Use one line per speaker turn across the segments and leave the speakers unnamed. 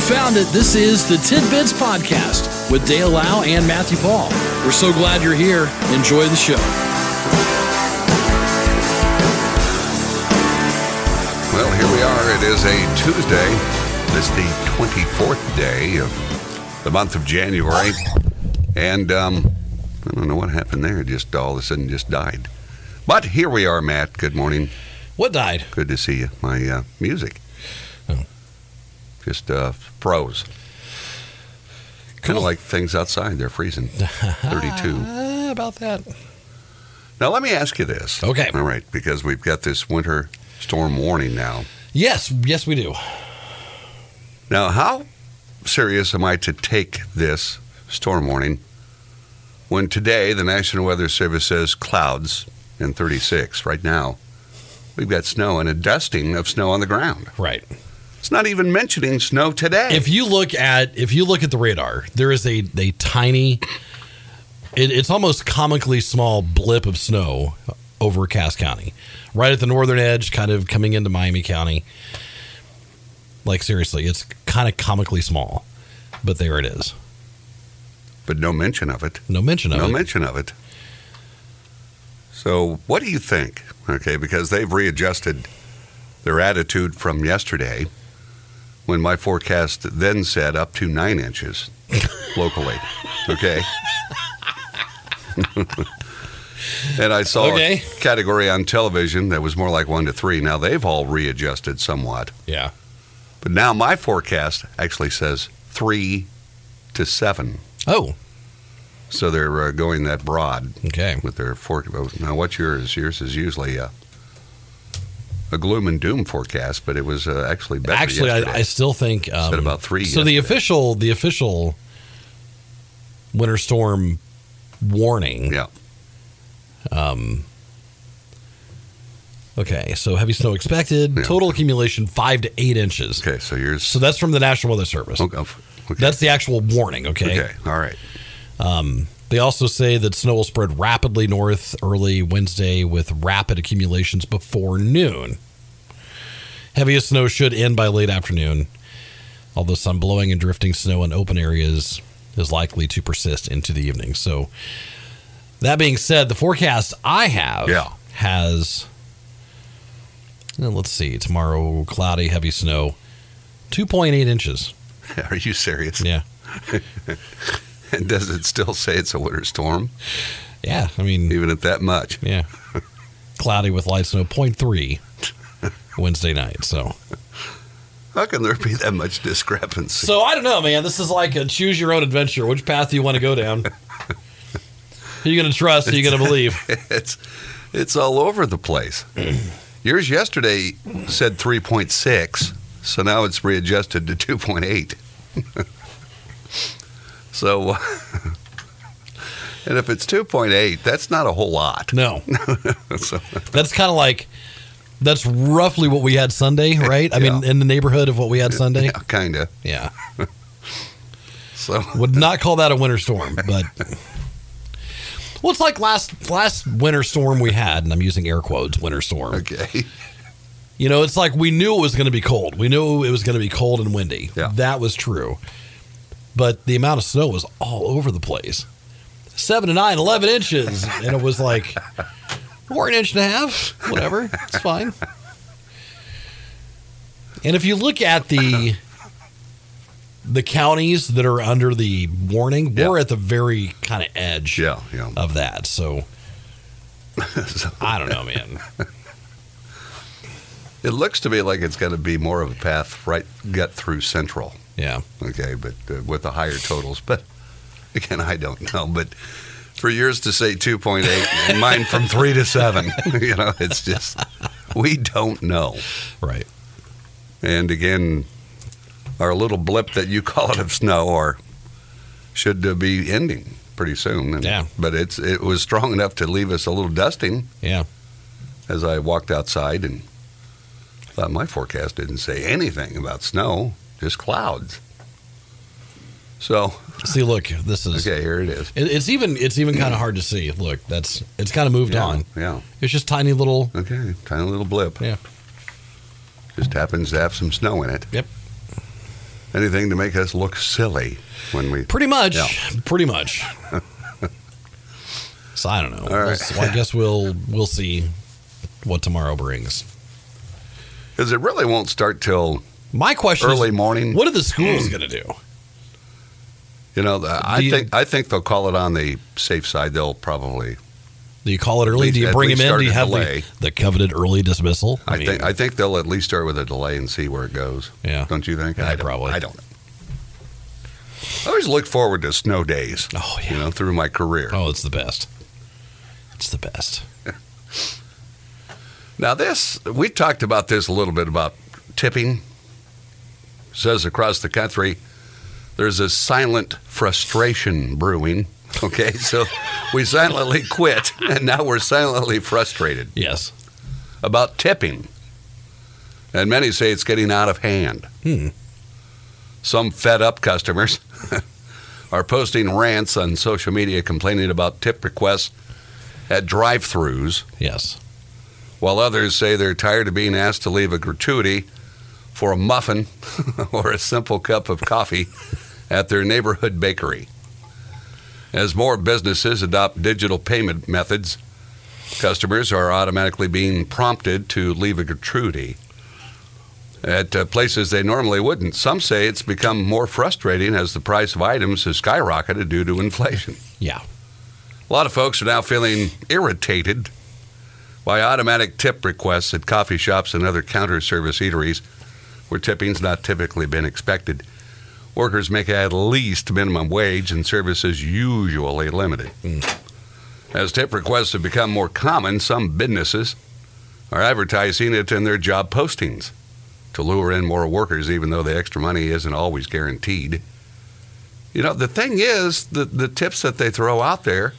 found it. This is the Tidbits Podcast with Dale Lau and Matthew Paul. We're so glad you're here. Enjoy the show.
Well, here we are. It is a Tuesday. It's the 24th day of the month of January. And um, I don't know what happened there. It just all of a sudden just died. But here we are, Matt. Good morning.
What died?
Good to see you. My uh, music
Oh.
just uh, froze. Kind
Cool.
of like things outside. They're freezing. 32.
Uh,
Ah, about that.
Now, let me ask you this.
Okay.
All right, because we've got this winter storm warning now.
Yes, yes, we do.
Now, how serious am I to take this storm warning when today the National Weather Service says clouds and 36? Right now, we've got snow and a dusting of snow on the ground.
Right.
It's not even mentioning snow today.
If you look at if you look at the radar, there is a a tiny, it, it's almost comically small blip of snow over Cass County, right at the northern edge, kind of coming into Miami County. Like seriously, it's kind of comically small, but there it is.
but no mention of it.
No mention of
No
it.
mention of it. So, what do you think? Okay, because they've readjusted their attitude from yesterday when my forecast then said up to nine inches locally. Okay. and I saw
Okay.
a category on television that was more like one to three. Now they've all readjusted somewhat.
Yeah.
But now my forecast actually says three to seven.
Oh.
So they're uh, going that broad
Okay.
with their fork. oh, Now, what's yours? Yours is usually a, a gloom and doom forecast, but it was uh, actually better.
Actually, I, I
yesterday.
still think um,
Said about three
So the
yesterday.
official, the official winter storm warning.
yeah,
Um, okay, so heavy snow expected.
Yeah.
Total accumulation five to eight inches.
okay. So yours.
So that's from the National Weather Service.
Okay, okay.
That's the actual warning. Okay.
okay. All right.
Um, they also say that snow will spread rapidly north early Wednesday with rapid accumulations before noon. Heaviest snow should end by late afternoon, although some blowing and drifting snow in open areas is likely to persist into the evening. So, that being said, the forecast I have
Yeah.
has, uh, let's see, tomorrow cloudy, heavy snow, 2.8 inches.
Are you serious?
Yeah.
And does it still say it's a winter storm,
Yeah. I mean,
even at that much?
Yeah. Cloudy with light snow, 0.3 Wednesday night. So,
How can there be that much discrepancy?
so I don't know, man. This is like a choose your own adventure. Which path do you want to go down? Who you going to trust? Who you going to believe?
it's it's all over the place. Yours yesterday said 3.6, so now it's readjusted to 2.8. so, uh, and if it's 2.8, that's not a whole lot.
No,
so,
that's kind of like that's roughly what we had Sunday, right? I mean,
Yeah.
in the neighborhood of what we had Sunday.
yeah,
Yeah.
kind of. So,
Would not call that a winter storm, but well, it's like last last winter storm we had, and I'm using air quotes, winter storm.
okay.
You know, it's like we knew it was going to be cold. We knew it was going to be cold and windy.
Yeah.
That was true. But the amount of snow was all over the place seven to nine, 11 inches. And it was like, or an inch and a half, whatever. It's fine. And if you look at the. The counties that are under the warning,
Yeah.
we're at the very kind of edge
Yeah, yeah.
of that. So
So
I don't know, man.
it looks to me like it's going to be more of a path right gut through central.
Yeah.
okay, but uh, with the higher totals. But again, I don't know. But for yours to say 2.8 and mine from 3 to 7, you know, it's just, we don't know.
Right.
And again, our little blip that you call it of snow or should uh, be ending pretty soon. And-
Yeah.
But it's it was strong enough to leave us a little dusting
Yeah.
as I walked outside and thought my forecast didn't say anything about snow, just clouds. So,
See, look, this is
okay, here it is.
It, it's even it's even kind of hard to see. Look, that's it's kind of moved
yeah,
on.
Yeah.
It's just tiny little.
Okay. Tiny little blip.
Yeah.
Just happens to have some snow in it.
Yep.
anything to make us look silly when we.
Pretty much.
Yeah.
Pretty much. so I don't know.
All right.
So I guess we'll we'll see what tomorrow brings.
Because it really won't start till
My question
early
is,
morning.
what are the schools going to do?
You know, the- I
Do you-
think I think they'll call it on the safe side. They'll probably.
Do you call it early?
least-
do you
at
bring him
least
in?
start
Do you
a
have the,
delay.
the coveted early dismissal?
I,
mean,
think I think they'll at least start with a delay and see where it goes.
Yeah.
Don't you think?
Yeah,
I don't-
probably.
I don't. know. I always look forward to snow days.
Oh, yeah.
You know, through my career.
Oh, it's the best. It's the best.
Now this we talked about this a little bit about tipping. Says across the country, there's a silent frustration brewing. Okay, so we silently quit, and now we're silently frustrated.
Yes.
about tipping. And many say it's getting out of hand.
Hmm.
Some fed up customers are posting rants on social media complaining about tip requests at drive throughs,
Yes.
while others say they're tired of being asked to leave a gratuity for a muffin or a simple cup of coffee at their neighborhood bakery. As more businesses adopt digital payment methods, customers are automatically being prompted to leave a gratuity at uh, places they normally wouldn't. Some say it's become more frustrating as the price of items has skyrocketed due to inflation.
Yeah.
A lot of folks are now feeling irritated by automatic tip requests at coffee shops and other counter service eateries where tipping's not typically been expected. Workers make at least minimum wage and services usually limited. As tip requests have become more common, some businesses are advertising it in their job postings to lure in more workers, even though the extra money isn't always guaranteed. You know, the thing is, the, the tips that they throw out there,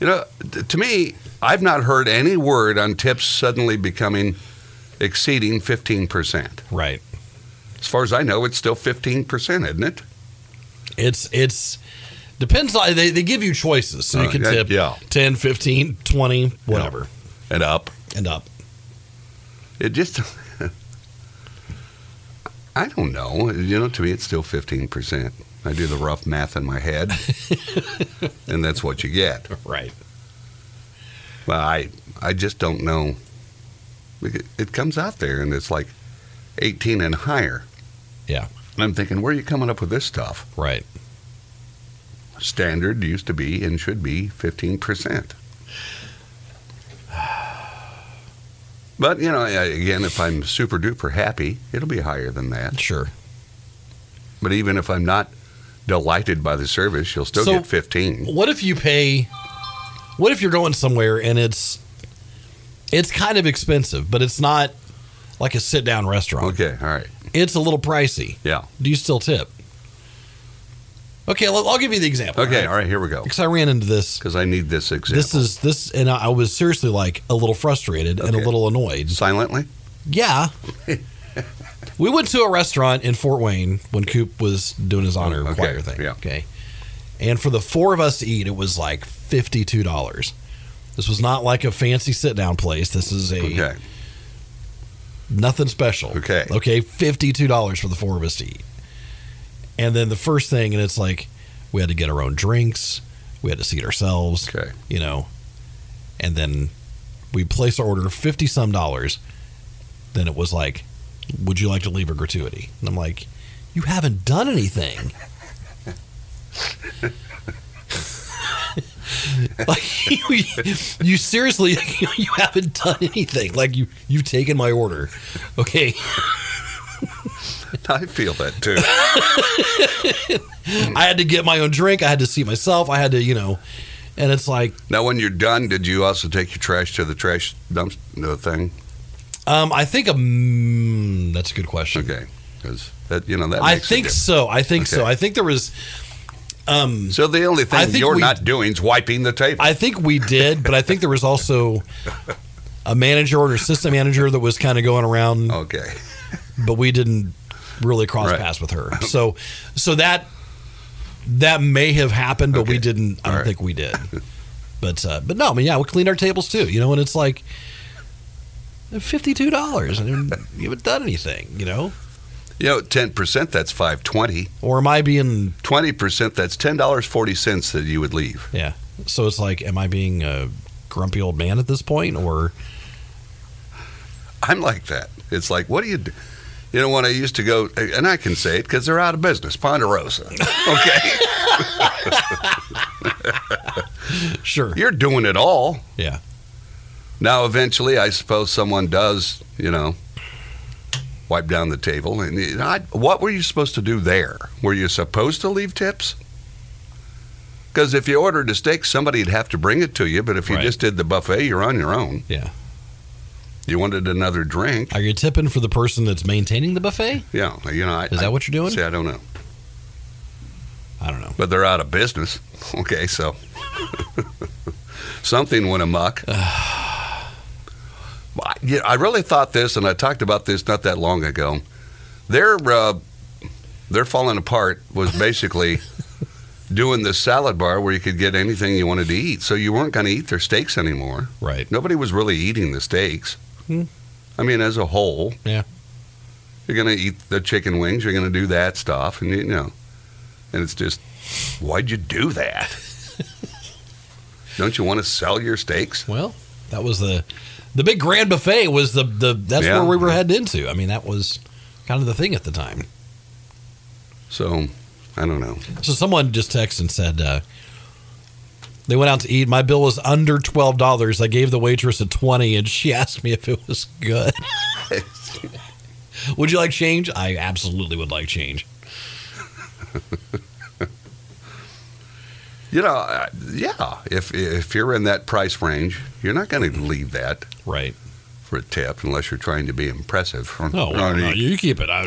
you know, t- to me, I've not heard any word on tips suddenly becoming exceeding 15%.
Right.
As far as I know, it's still 15%, isn't it?
It's it's depends on they, they give you choices. So you
Uh,
can
yeah,
tip
yeah.
10, 15, 20, whatever.
And up.
And up.
It just, I don't know. You know, to me, it's still 15%. I do the rough math in my head, and that's what you get.
Right.
Well, I I just don't know. It it comes out there and it's like 18 and higher.
Yeah.
And I'm thinking, where are you coming up with this stuff?
Right.
Standard used to be and should be 15%. But, you know, I- again, if I'm super duper happy, it'll be higher than that.
Sure.
But even if I'm not delighted by the service, you'll still
So-
get 15.
What if you pay what if you're going somewhere and it's it's kind of expensive, but it's not like a sit down restaurant.
Okay, all right.
It's a little pricey.
Yeah.
Do you still tip? Okay, I'll, I'll give you the example.
Okay, all right, here we go.
Because I ran into this.
Because I need this example.
This is this, and I I was seriously like a little frustrated and a
Okay.
little annoyed.
Silently?
Yeah. we went to a restaurant in Fort Wayne when Coop was doing his honor
Okay,
choir thing.
yeah.
Okay. And for the four of us to eat, it was like fifty-two dollars. This was not like a fancy sit-down place. This is a
Okay.
nothing special.
Okay.
Okay, fifty-two dollars for the four of us to eat. And then the first thing, and it's like we had to get our own drinks. We had to seat ourselves
Okay.
you know, and then we place our order fifty some dollars. Then it was like, would you like to leave a gratuity? And I'm like, you haven't done anything. like you, you seriously, you haven't done anything. Like you, you've taken my order. Okay,
I feel that too.
I had to get my own drink. I had to seat myself. I had to, you know, and it's like,
now, when you're done, did you also take your trash to the trash dump the thing?
um, I think um, that's a good question.
Okay, because that you know that.
I
makes a
think
difference.
so. I think so.
Okay.
I think there was. Um,
so. The only
I
thing
think
you're
we-
not doing is wiping the table.
I think we did, but I think there was also a manager or assistant manager that was kind of going around,
okay,
but we didn't really cross
Oh. Right.
paths with her. So, so that that may have happened, but we
Okay.
didn't. I don't
All right.
think we did. But uh, but no, I mean, yeah, we cleaned our tables too, you know, and it's like fifty two dollars, and you haven't done anything, you know.
You know, 10%, that's 520.
Or am I being
20%, that's $10.40 that you would leave.
yeah? So it's like, am I being a grumpy old man at this point, or
I'm like that. It's like, what do you do? You know, when I used to go, and I can say it because they're out of business, Ponderosa. Okay.
sure,
You're doing it all.
yeah,
Now, eventually, I suppose someone does, you know, wipe down the table. And you know, I, what were you supposed to do there? Were you supposed to leave tips? Because if you ordered a steak, somebody'd have to bring it to you. But if you
Right.
just did the buffet, you're on your own.
yeah?
You wanted another drink,
Are you tipping for the person that's maintaining the buffet?
yeah. You know, I,
Is that what you're
I,
doing?
see, I don't know,
I don't know.
but they're out of business. Okay, so something went amok. I, yeah, I really thought this, and I talked about this not that long ago. Their uh, their falling apart was basically doing the salad bar where you could get anything you wanted to eat. So you weren't going to eat their steaks anymore.
Right.
Nobody was really eating the steaks.
Hmm.
I mean, as a whole,
Yeah.
You're gonna eat the chicken wings. You're gonna do that stuff, and you know, and it's just, why'd you do that? Don't you want to sell your steaks?
Well, that was the the big grand buffet was the the that's
Yeah.
where we were headed into. I mean, that was kind of the thing at the time.
So, I don't know.
So someone just texted and said uh, they went out to eat. My bill was under twelve dollars. I gave the waitress a twenty, and she asked me if it was good. would you like change? I absolutely would like change.
You know, I- yeah. If if you're in that price range, you're not gonna leave that
Right?
for a tip unless you're trying to be impressive.
No, well, no, you keep it. I,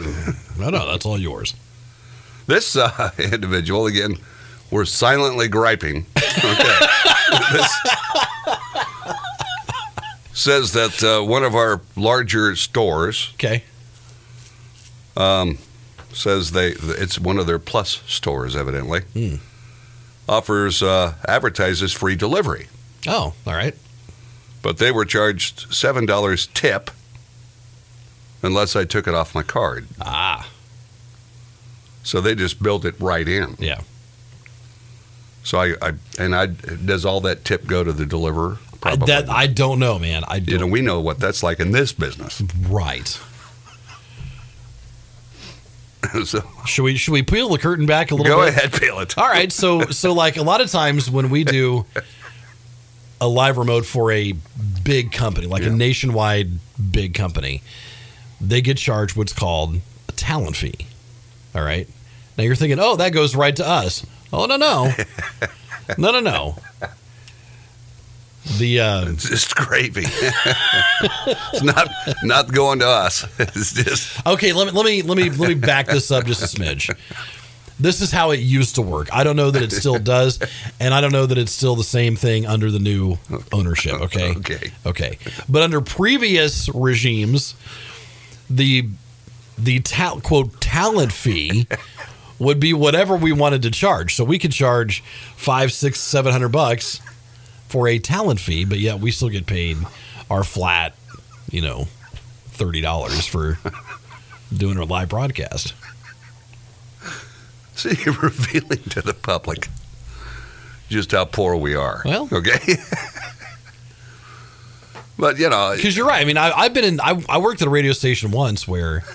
no, no, that's all yours.
This uh, individual again, we're silently griping. Okay. This says that uh, one of our larger stores
Okay.
says they it's one of their plus stores evidently
Hmm.
offers uh, advertises free delivery
Oh, all right.
but they were charged seven dollars tip unless i took it off my card
Ah,
so they just built it right in
yeah.
so i, I and i does all that tip go to the deliverer
I,
probably
that I don't know, man. I
you
don't.
know we know what that's like in this business
right.
so
Should we should we peel the curtain back a little
go
bit?
ahead peel it
All right, so so like a lot of times when we do a live remote for a big company, like a
Yeah.
nationwide big company, they get charged what's called a talent fee. All right. Now you're thinking, "Oh, that goes right to us." Oh, no, no. no, no, no. The uh
it's just gravy it's not not going to us it's just
Okay, let me let me let me let me back this up just a smidge. This is how it used to work. I don't know that it still does, and I don't know that it's still the same thing under the new ownership. Okay.
Okay.
Okay. But under previous regimes, the the ta- quote talent fee would be whatever we wanted to charge. So we could charge five, six, seven hundred bucks for a talent fee, but yet we still get paid our flat, you know, thirty dollars for doing our live broadcast.
See, you're revealing to the public just how poor we are.
Well-
okay. but you know,
Because you're right. I mean, I, I've been in. I, I worked at a radio station once where,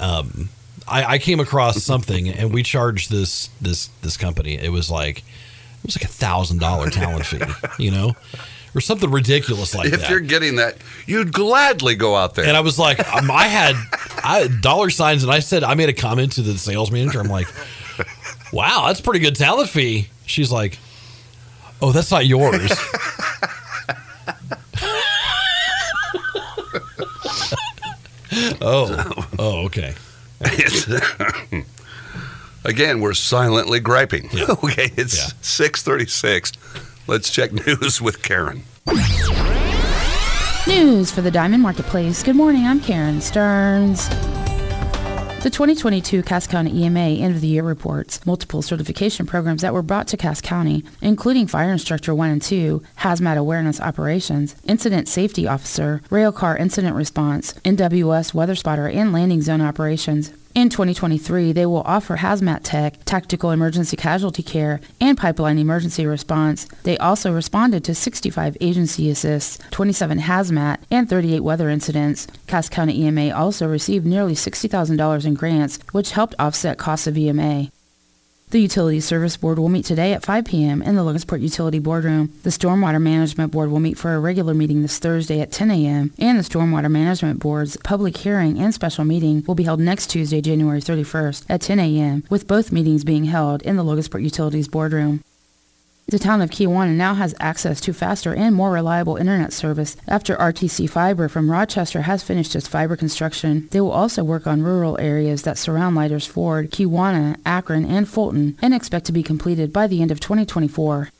um, I, I came across something and we charged this this this company. It was like it was like a thousand dollar talent fee, you know, or something ridiculous like
if
that.
you're getting that, you'd gladly go out there.
And I was like, um, I had I, had dollar signs, and I said, I made a comment to the sales manager. I'm like, wow, that's a pretty good talent fee. She's like, oh, that's not yours. oh, oh, okay.
It's- Again, we're silently griping.
Yeah.
okay, it's
Yeah.
six thirty-six. Let's check news with Karen.
News for the Diamond Marketplace. Good morning, I'm Karen Stearns. The 2022 Cass County EMA end of the year reports multiple certification programs that were brought to Cass County, including Fire Instructor 1 and 2, Hazmat Awareness Operations, Incident Safety Officer, Rail Car Incident Response, NWS Weather Spotter, and Landing Zone Operations. In 2023, they will offer hazmat tech, tactical emergency casualty care, and pipeline emergency response. They also responded to 65 agency assists, 27 hazmat, and 38 weather incidents. Cass County EMA also received nearly $60,000 in grants, which helped offset costs of E EMA. The Utility Service Board will meet today at 5 p.m. in the Logansport Utility Boardroom. The Stormwater Management Board will meet for a regular meeting this Thursday at 10 a.m. And the Stormwater Management Board's public hearing and special meeting will be held next Tuesday, January 31st at 10 a.m., with both meetings being held in the Logansport Utilities Boardroom. The town of Kiwana now has access to faster and more reliable internet service after RTC Fiber from Rochester has finished its fiber construction. They will also work on rural areas that surround Lighters Ford, Kiwana, Akron, and Fulton and expect to be completed by the end of 2024.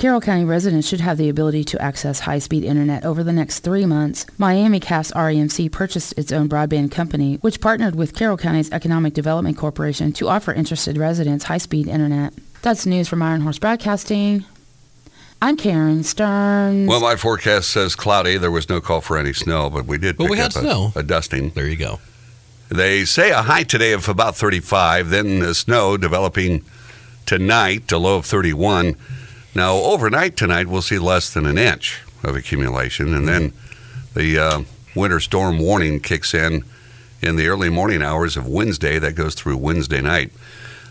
Carroll County residents should have the ability to access high-speed internet over the next three months. Miami Cast REMC purchased its own broadband company, which partnered with Carroll County's Economic Development Corporation to offer interested residents high-speed internet. That's news from Iron Horse Broadcasting. I'm Karen Stearns.
Well, my forecast says cloudy. There was no call for any snow, but we did
But
pick
we had
up a,
snow.
a dusting.
There you go.
They say a high today of about 35, then the snow developing tonight, a low of 31. Now, overnight tonight, we'll see less than an inch of accumulation, and then the uh, winter storm warning kicks in in the early morning hours of Wednesday. That goes through Wednesday night.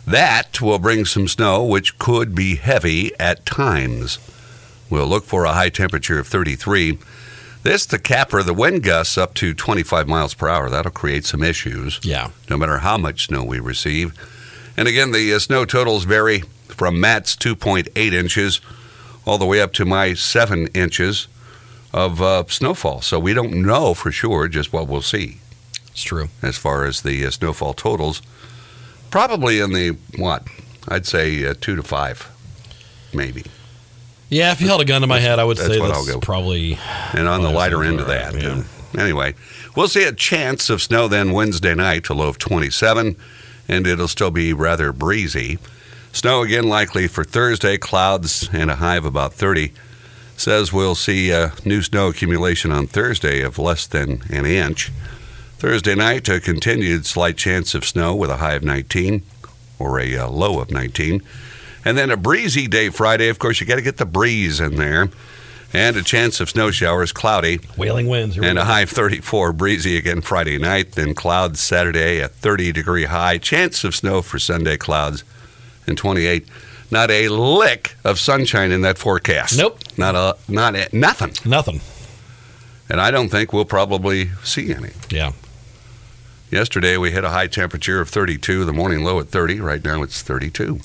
That will bring some snow, which could be heavy at times. We'll look for a high temperature of 33. This, the capper, the wind gusts up to 25 miles per hour. That'll create some issues
Yeah.
no matter how much snow we receive. And again, the uh, snow totals vary from Matt's 2.8 inches all the way up to my 7 inches of uh, snowfall. So we don't know for sure just what we'll see
It's true.
as far as the uh, snowfall totals. Probably in the, what? I'd say uh, 2 to 5, maybe.
Yeah, if you held a gun to my head, I would
That's
say
what
that's
I'll go.
probably
and on the
Oh,
lighter
that's
end of
all
that.
right, yeah.
Anyway, we'll see a chance of snow then Wednesday night, a low of 27, and it'll still be rather breezy. Snow again likely for Thursday, clouds and a high of about 30. Says we'll see uh, new snow accumulation on Thursday of less than an inch. Thursday night, a continued slight chance of snow with a high of 19 or a uh, low of 19. And then a breezy day Friday. Of course, you got to get the breeze in there. And a chance of snow showers, cloudy,
wailing winds. Here we
and uh, a
go.
high of 34, breezy again Friday night, then clouds Saturday, a 30 degree high, chance of snow for Sunday clouds, and 28. Not a lick of sunshine in that forecast.
Nope.
Not a not a, nothing.
Nothing.
And I don't think we'll probably see any.
Yeah.
Yesterday we hit a high temperature of 32, the morning low at 30. Right now it's 32.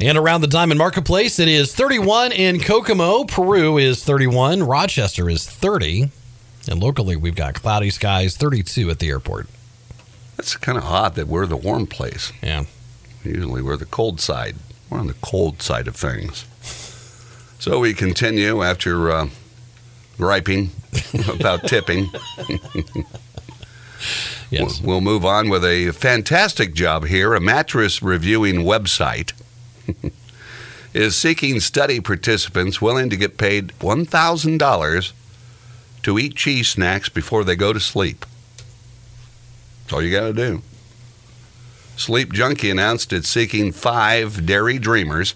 And around the Diamond Marketplace, it is 31 in Kokomo. Peru is 31. Rochester is 30. And locally, we've got cloudy skies, 32 at the airport.
That's kind of odd that we're the warm place.
Yeah.
Usually we're the cold side. We're on the cold side of things. So we continue after uh, griping about tipping.
Yes.
We'll, we'll move on with a fantastic job here. A mattress reviewing website is seeking study participants willing to get paid $1,000 to eat cheese snacks before they go to sleep. That's all you got to do. Sleep Junkie announced it's seeking five dairy dreamers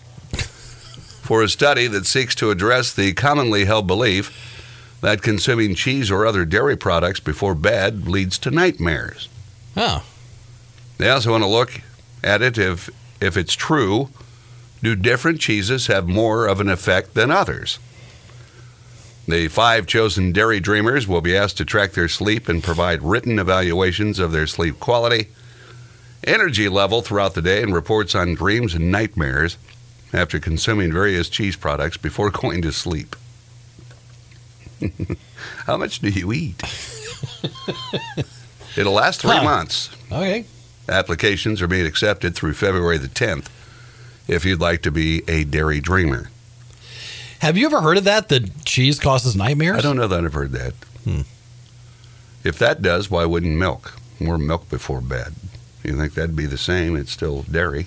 for a study that seeks to address the commonly held belief that consuming cheese or other dairy products before bed leads to nightmares.
Oh,
They also want to look at it if if it's true. Do different cheeses have more of an effect than others? The five chosen dairy dreamers will be asked to track their sleep and provide written evaluations of their sleep quality, energy level throughout the day, and reports on dreams and nightmares after consuming various cheese products before going to sleep. How much do you eat? It'll last three
Huh.
months.
okay.
Applications are being accepted through February the 10th if you'd like to be a dairy dreamer.
Have you ever heard of that? The cheese causes nightmares? Hmm.
I don't know that I've heard that. If that does, why wouldn't milk? more milk before bed. You think that'd be the same? It's still dairy,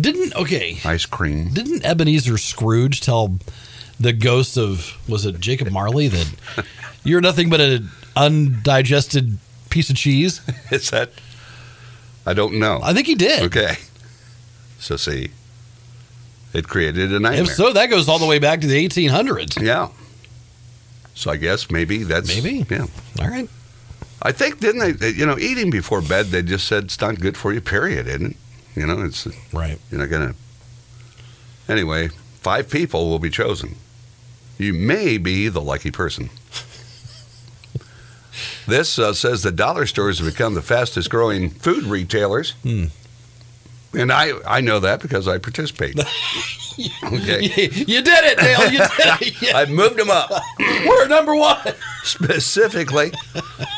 Didn't okay?
ice cream.
Didn't Ebenezer Scrooge tell the ghost of was it Jacob Marley that you're nothing but an undigested piece of cheese?
Is that? I don't know.
I think he did.
Okay. So see, it created a nightmare.
If so, that goes all the way back to the 1800s.
yeah. So I guess maybe that's
Maybe.
yeah.
All right.
I think didn't they- they? You know, eating before bed, they just said it's not good for you. Period. Isn't it? You know, it's
Right.
You're not gonna. Anyway, five people will be chosen. You may be the lucky person. this uh, says the dollar stores have become the fastest growing food retailers.
Hmm.
And I, I know that because I participate. okay.
you did it, Dale. You did it. Yeah.
I moved them up.
We're number one.
Specifically,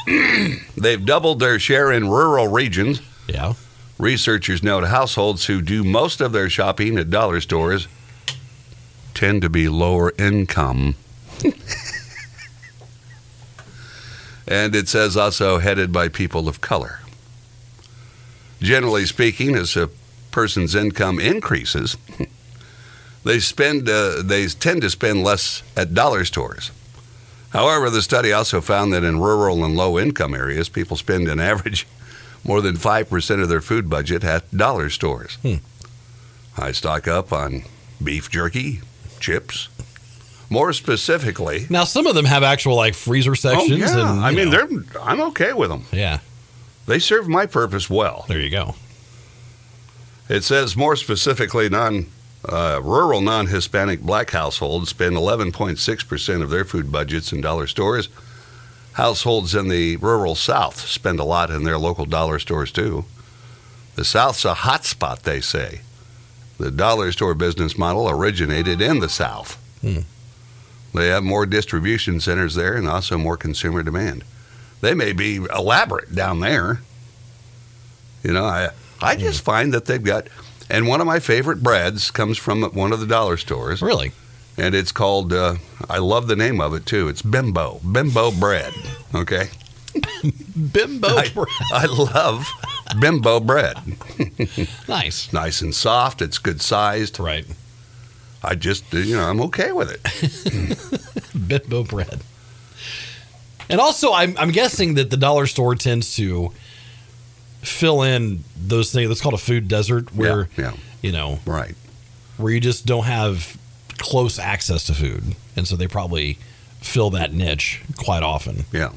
they've doubled their share in rural regions.
Yeah.
Researchers note households who do most of their shopping at dollar stores tend to be lower income. and it says also headed by people of color. Generally speaking, as a person's income increases, they spend uh, they tend to spend less at dollar stores. However, the study also found that in rural and low income areas, people spend an average more than 5% of their food budget at dollar stores.
Hmm.
I stock up on beef jerky, chips. More specifically,
Now some of them have actual like freezer sections.
oh, yeah.
and,
I
you
mean,
know.
they're, I'm okay with them.
yeah.
They serve my purpose well.
There you go.
It says more specifically, non uh, rural non Hispanic black households spend 11.6% of their food budgets in dollar stores. Households in the rural South spend a lot in their local dollar stores too. The South's a hot spot, they say. The dollar store business model originated in the South.
Hmm.
They have more distribution centers there and also more consumer demand. They may be elaborate down there. You know, I I just find that they've got and one of my favorite breads comes from one of the dollar stores
Really.
and it's called uh, I love the name of it too. It's Bimbo, Bimbo bread, okay?
Bimbo.
I,
Oh, bread.
I love Bimbo bread.
nice.
Nice and soft, it's good sized.
Right.
I just uh, you know, I'm okay with it.
Bimbo bread. And also, I'm, I'm guessing that the dollar store tends to fill in those things. That's called a food desert, where
yeah,
you know
yeah, right.
where you just don't have close access to food, and so they probably fill that niche quite often.
Yeah.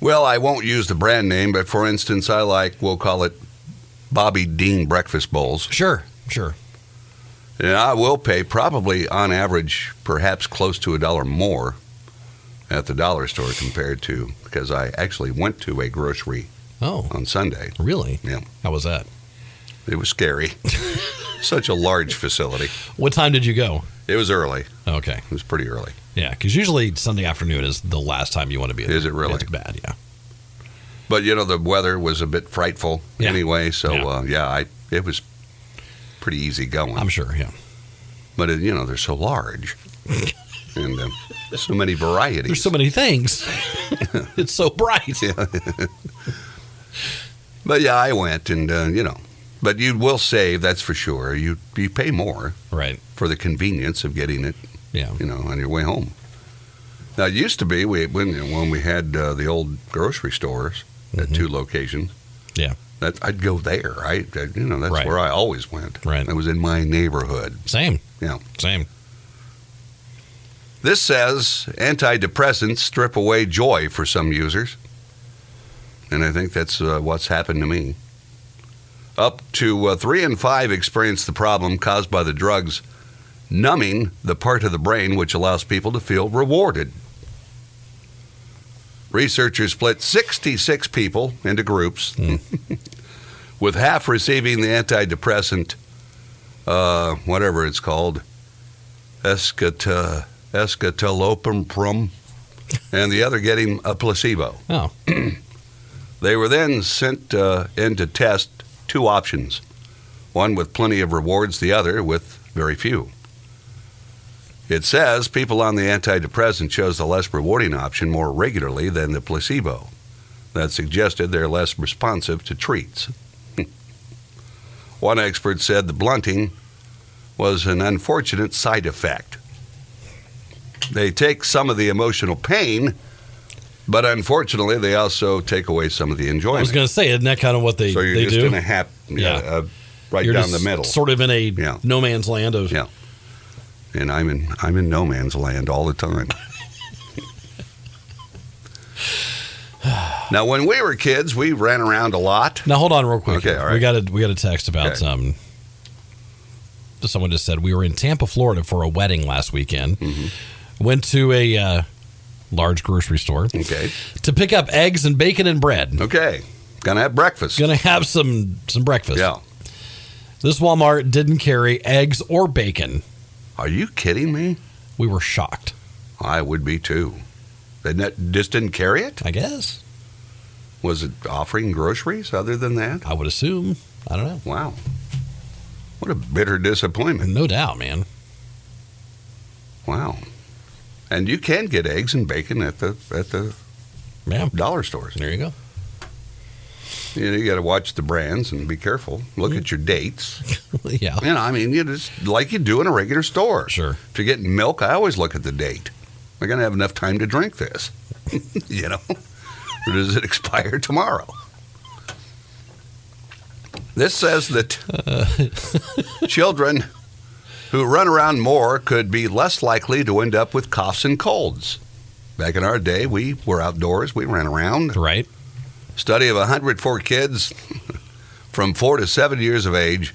Well, I won't use the brand name, but for instance, I like, we'll call it Bobby Dean Breakfast Bowls.
Sure, sure.
And I will pay probably on average, perhaps close to a dollar more at the dollar store compared to, because I actually went to a grocery
Oh,
on Sunday.
really?
Yeah.
How was that?
It was scary. Such a large facility.
What time did you go?
It was early.
Okay,
It was pretty early.
yeah, because usually Sunday afternoon is the last time you want to be. There.
Is it really?
It's bad. Yeah.
But, you know, the weather was a bit frightful
Yeah.
anyway. So,
Yeah.
yeah, uh, yeah I, it was pretty easy going.
I'm sure. Yeah.
but uh, you know they're so large and uh, so many varieties.
There's so many things. it's so bright.
but yeah, I went and uh, you know, but you will save that's for sure. You you pay more
Right.
for the convenience of getting it,
Yeah.
you know, on your way home. Now it used to be we when when we had uh, the old grocery stores at
Mhm.
two locations.
Yeah.
That I'd go there. I I- you know that's
Right.
where I always went.
Right.
It was in my neighborhood.
Same.
Yeah.
Same.
This says antidepressants strip away joy for some users. And I think that's uh, what's happened to me. Up to uh, three in five experience the problem caused by the drugs numbing the part of the brain which allows people to feel rewarded. Researchers split 66 people into groups,
Mm.
with half receiving the antidepressant, uh, whatever it's called, uh, escata escitalopram, and the other getting a placebo.
Oh.
They were then sent uh, in to test two options one with plenty of rewards, the other with very few. It says people on the antidepressant chose the less rewarding option more regularly than the placebo. that suggested they're less responsive to treats. One expert said the blunting was an unfortunate side effect. They take some of the emotional pain, but unfortunately, they also take away some of the
I
enjoyment.
was going to say, isn't that kind of what they,
so you're
they
just
do?
in a hap,
Yeah.
yeah, uh, right
You're
down
just
the middle.
Sort of in a
Yeah.
no man's land of.
Yeah. And I'm in I'm in no man's land all the time. now when we were kids, we ran around a lot.
Now hold on, real quick.
Okay, all
We
right.
got a we got a text about
Okay.
um. Someone just said we were in Tampa, Florida, for a wedding last weekend.
Mm-hmm.
Went to a uh, large grocery store
Okay.
to pick up eggs and bacon and bread.
Okay. Gonna have breakfast.
Gonna have some some breakfast.
yeah.
This Walmart didn't carry eggs or bacon.
Are you kidding me?
We were shocked.
I would be too. They ne- just didn't carry it?
I guess.
Was it offering groceries other than that?
I would assume. I don't know.
Wow. What a bitter disappointment.
No doubt, man.
Wow. And you can get eggs and bacon at the at the
Yeah.
dollar stores.
There you go.
You know, you got to watch the brands and be careful. Look at your dates.
yeah.
You know, I mean, you just like you do in a regular store.
Sure.
If you're getting milk, I always look at the date. Am I going to have enough time to drink this? you know, or does it expire tomorrow? This says that children who run around more could be less likely to end up with coughs and colds. Back in our day, we were outdoors, we ran around.
Right.
Study of 104 kids from 4 to 7 years of age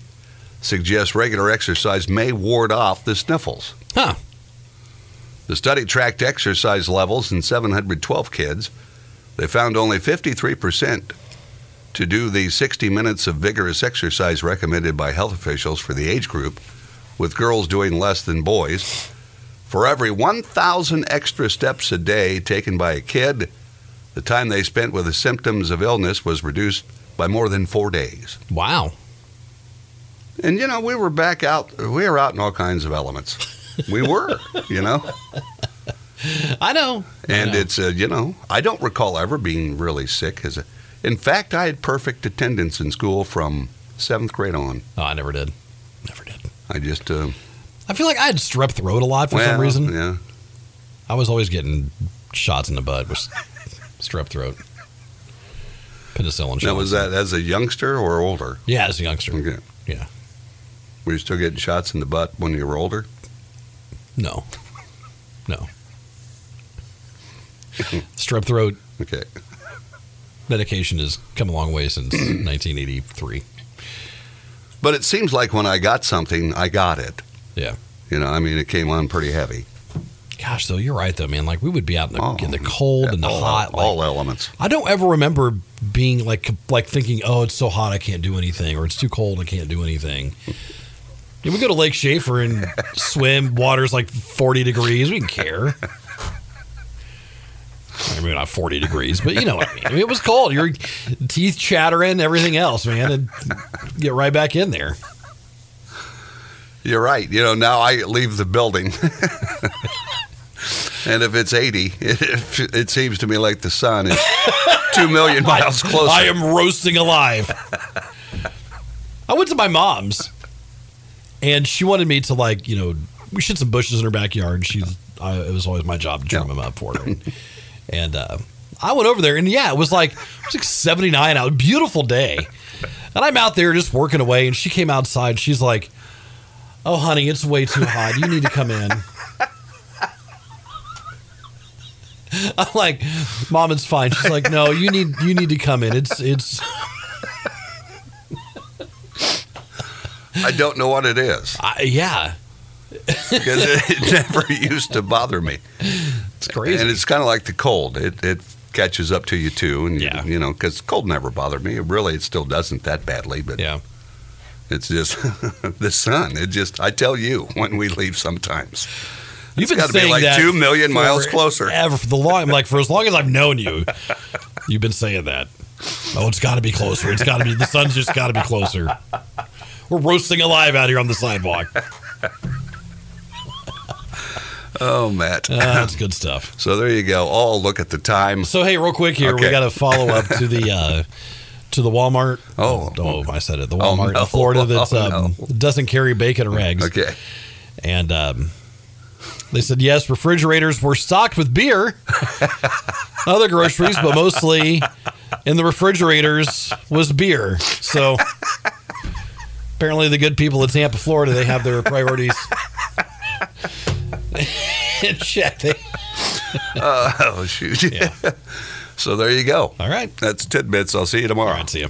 suggests regular exercise may ward off the sniffles.
Huh.
The study tracked exercise levels in 712 kids. They found only 53% to do the 60 minutes of vigorous exercise recommended by health officials for the age group, with girls doing less than boys. For every 1,000 extra steps a day taken by a kid, the time they spent with the symptoms of illness was reduced by more than four days.
Wow.
And you know, we were back out, we were out in all kinds of elements. We were, you know?
I know.
And
Yeah.
it's, uh, you know, I don't recall ever being really sick. As a, in fact, I had perfect attendance in school from seventh grade on.
Oh, I never did. Never did.
I just, uh,
I feel like I had strep throat a lot for some
well,
reason.
Yeah.
I was always getting shots in the butt with strep throat. Penicillin shots.
Now, was that as a youngster or older?
Yeah, as a youngster.
Okay.
Yeah.
Were you still getting shots in the butt when you were older?
No. No. strep throat
Okay.
medication has come a long way since 1983.
But it seems like when I got something, I got it.
Yeah.
You know, I mean, it came on pretty heavy.
Gosh, though, you're right, though, man. Like, we would be out in the,
Oh,
in the cold and the
all,
hot. Like,
all elements.
I don't ever remember being like like thinking, oh, it's so hot I can't do anything, or it's too cold I can't do anything. Yeah, we go to Lake Schaefer and swim. Water's like forty degrees. We didn't care. I mean, not forty degrees, but you know what I mean. I mean, It was cold. Your teeth chattering, everything else, man, and get right back in there.
You're right. You know, now I leave the building. and if it's 80, it, it, it seems to me like the sun is 2 million miles closer.
I am roasting alive. I went to my mom's, and she wanted me to like you know we shoot some bushes in her backyard. She's I, it was always my job to trim
Yeah.
them up for her, and uh, I went over there and yeah, it was like it was like seventy nine out, beautiful day, and I'm out there just working away, and she came outside. She's like, "Oh, honey, it's way too hot. You need to come in." I'm like, "Mom, it's fine." She's like, "No, you need you need to come in. It's it's."
I don't know what it is
I, yeah,
because it never used to bother me.
it's crazy.
And it's kind of like the cold. It, it catches up to you too. And, you-
Yeah.
you, know, because cold never bothered me. Really, it still doesn't that badly. But
yeah,
it's just the sun. It just, I tell you, when we leave sometimes.
you've been
gotta be
saying
like
that
two million miles
forever-
closer.
Ever for the long, like for as long as I've known you, you've been saying that. Oh, it's got to be closer. It's got to be the sun's just got to be closer. Uh, We're roasting alive out here on the sidewalk.
Oh, Matt.
Uh, that's good stuff.
so there you go. All look at the time.
So hey, real quick here, we
Okay.
got a follow up to the uh, to the Walmart.
Oh.
oh, I said it. The Walmart
no.
in Florida that
Oh,
um, doesn't carry bacon or eggs.
Okay.
And um, they said yes, refrigerators were stocked with beer, other groceries, but mostly in the refrigerators was beer. So apparently, the good people of Tampa, Florida, they have their priorities. in check. They-
Oh, shoot. so there you go.
all right.
That's tidbits. I'll see you tomorrow.
All right. See you.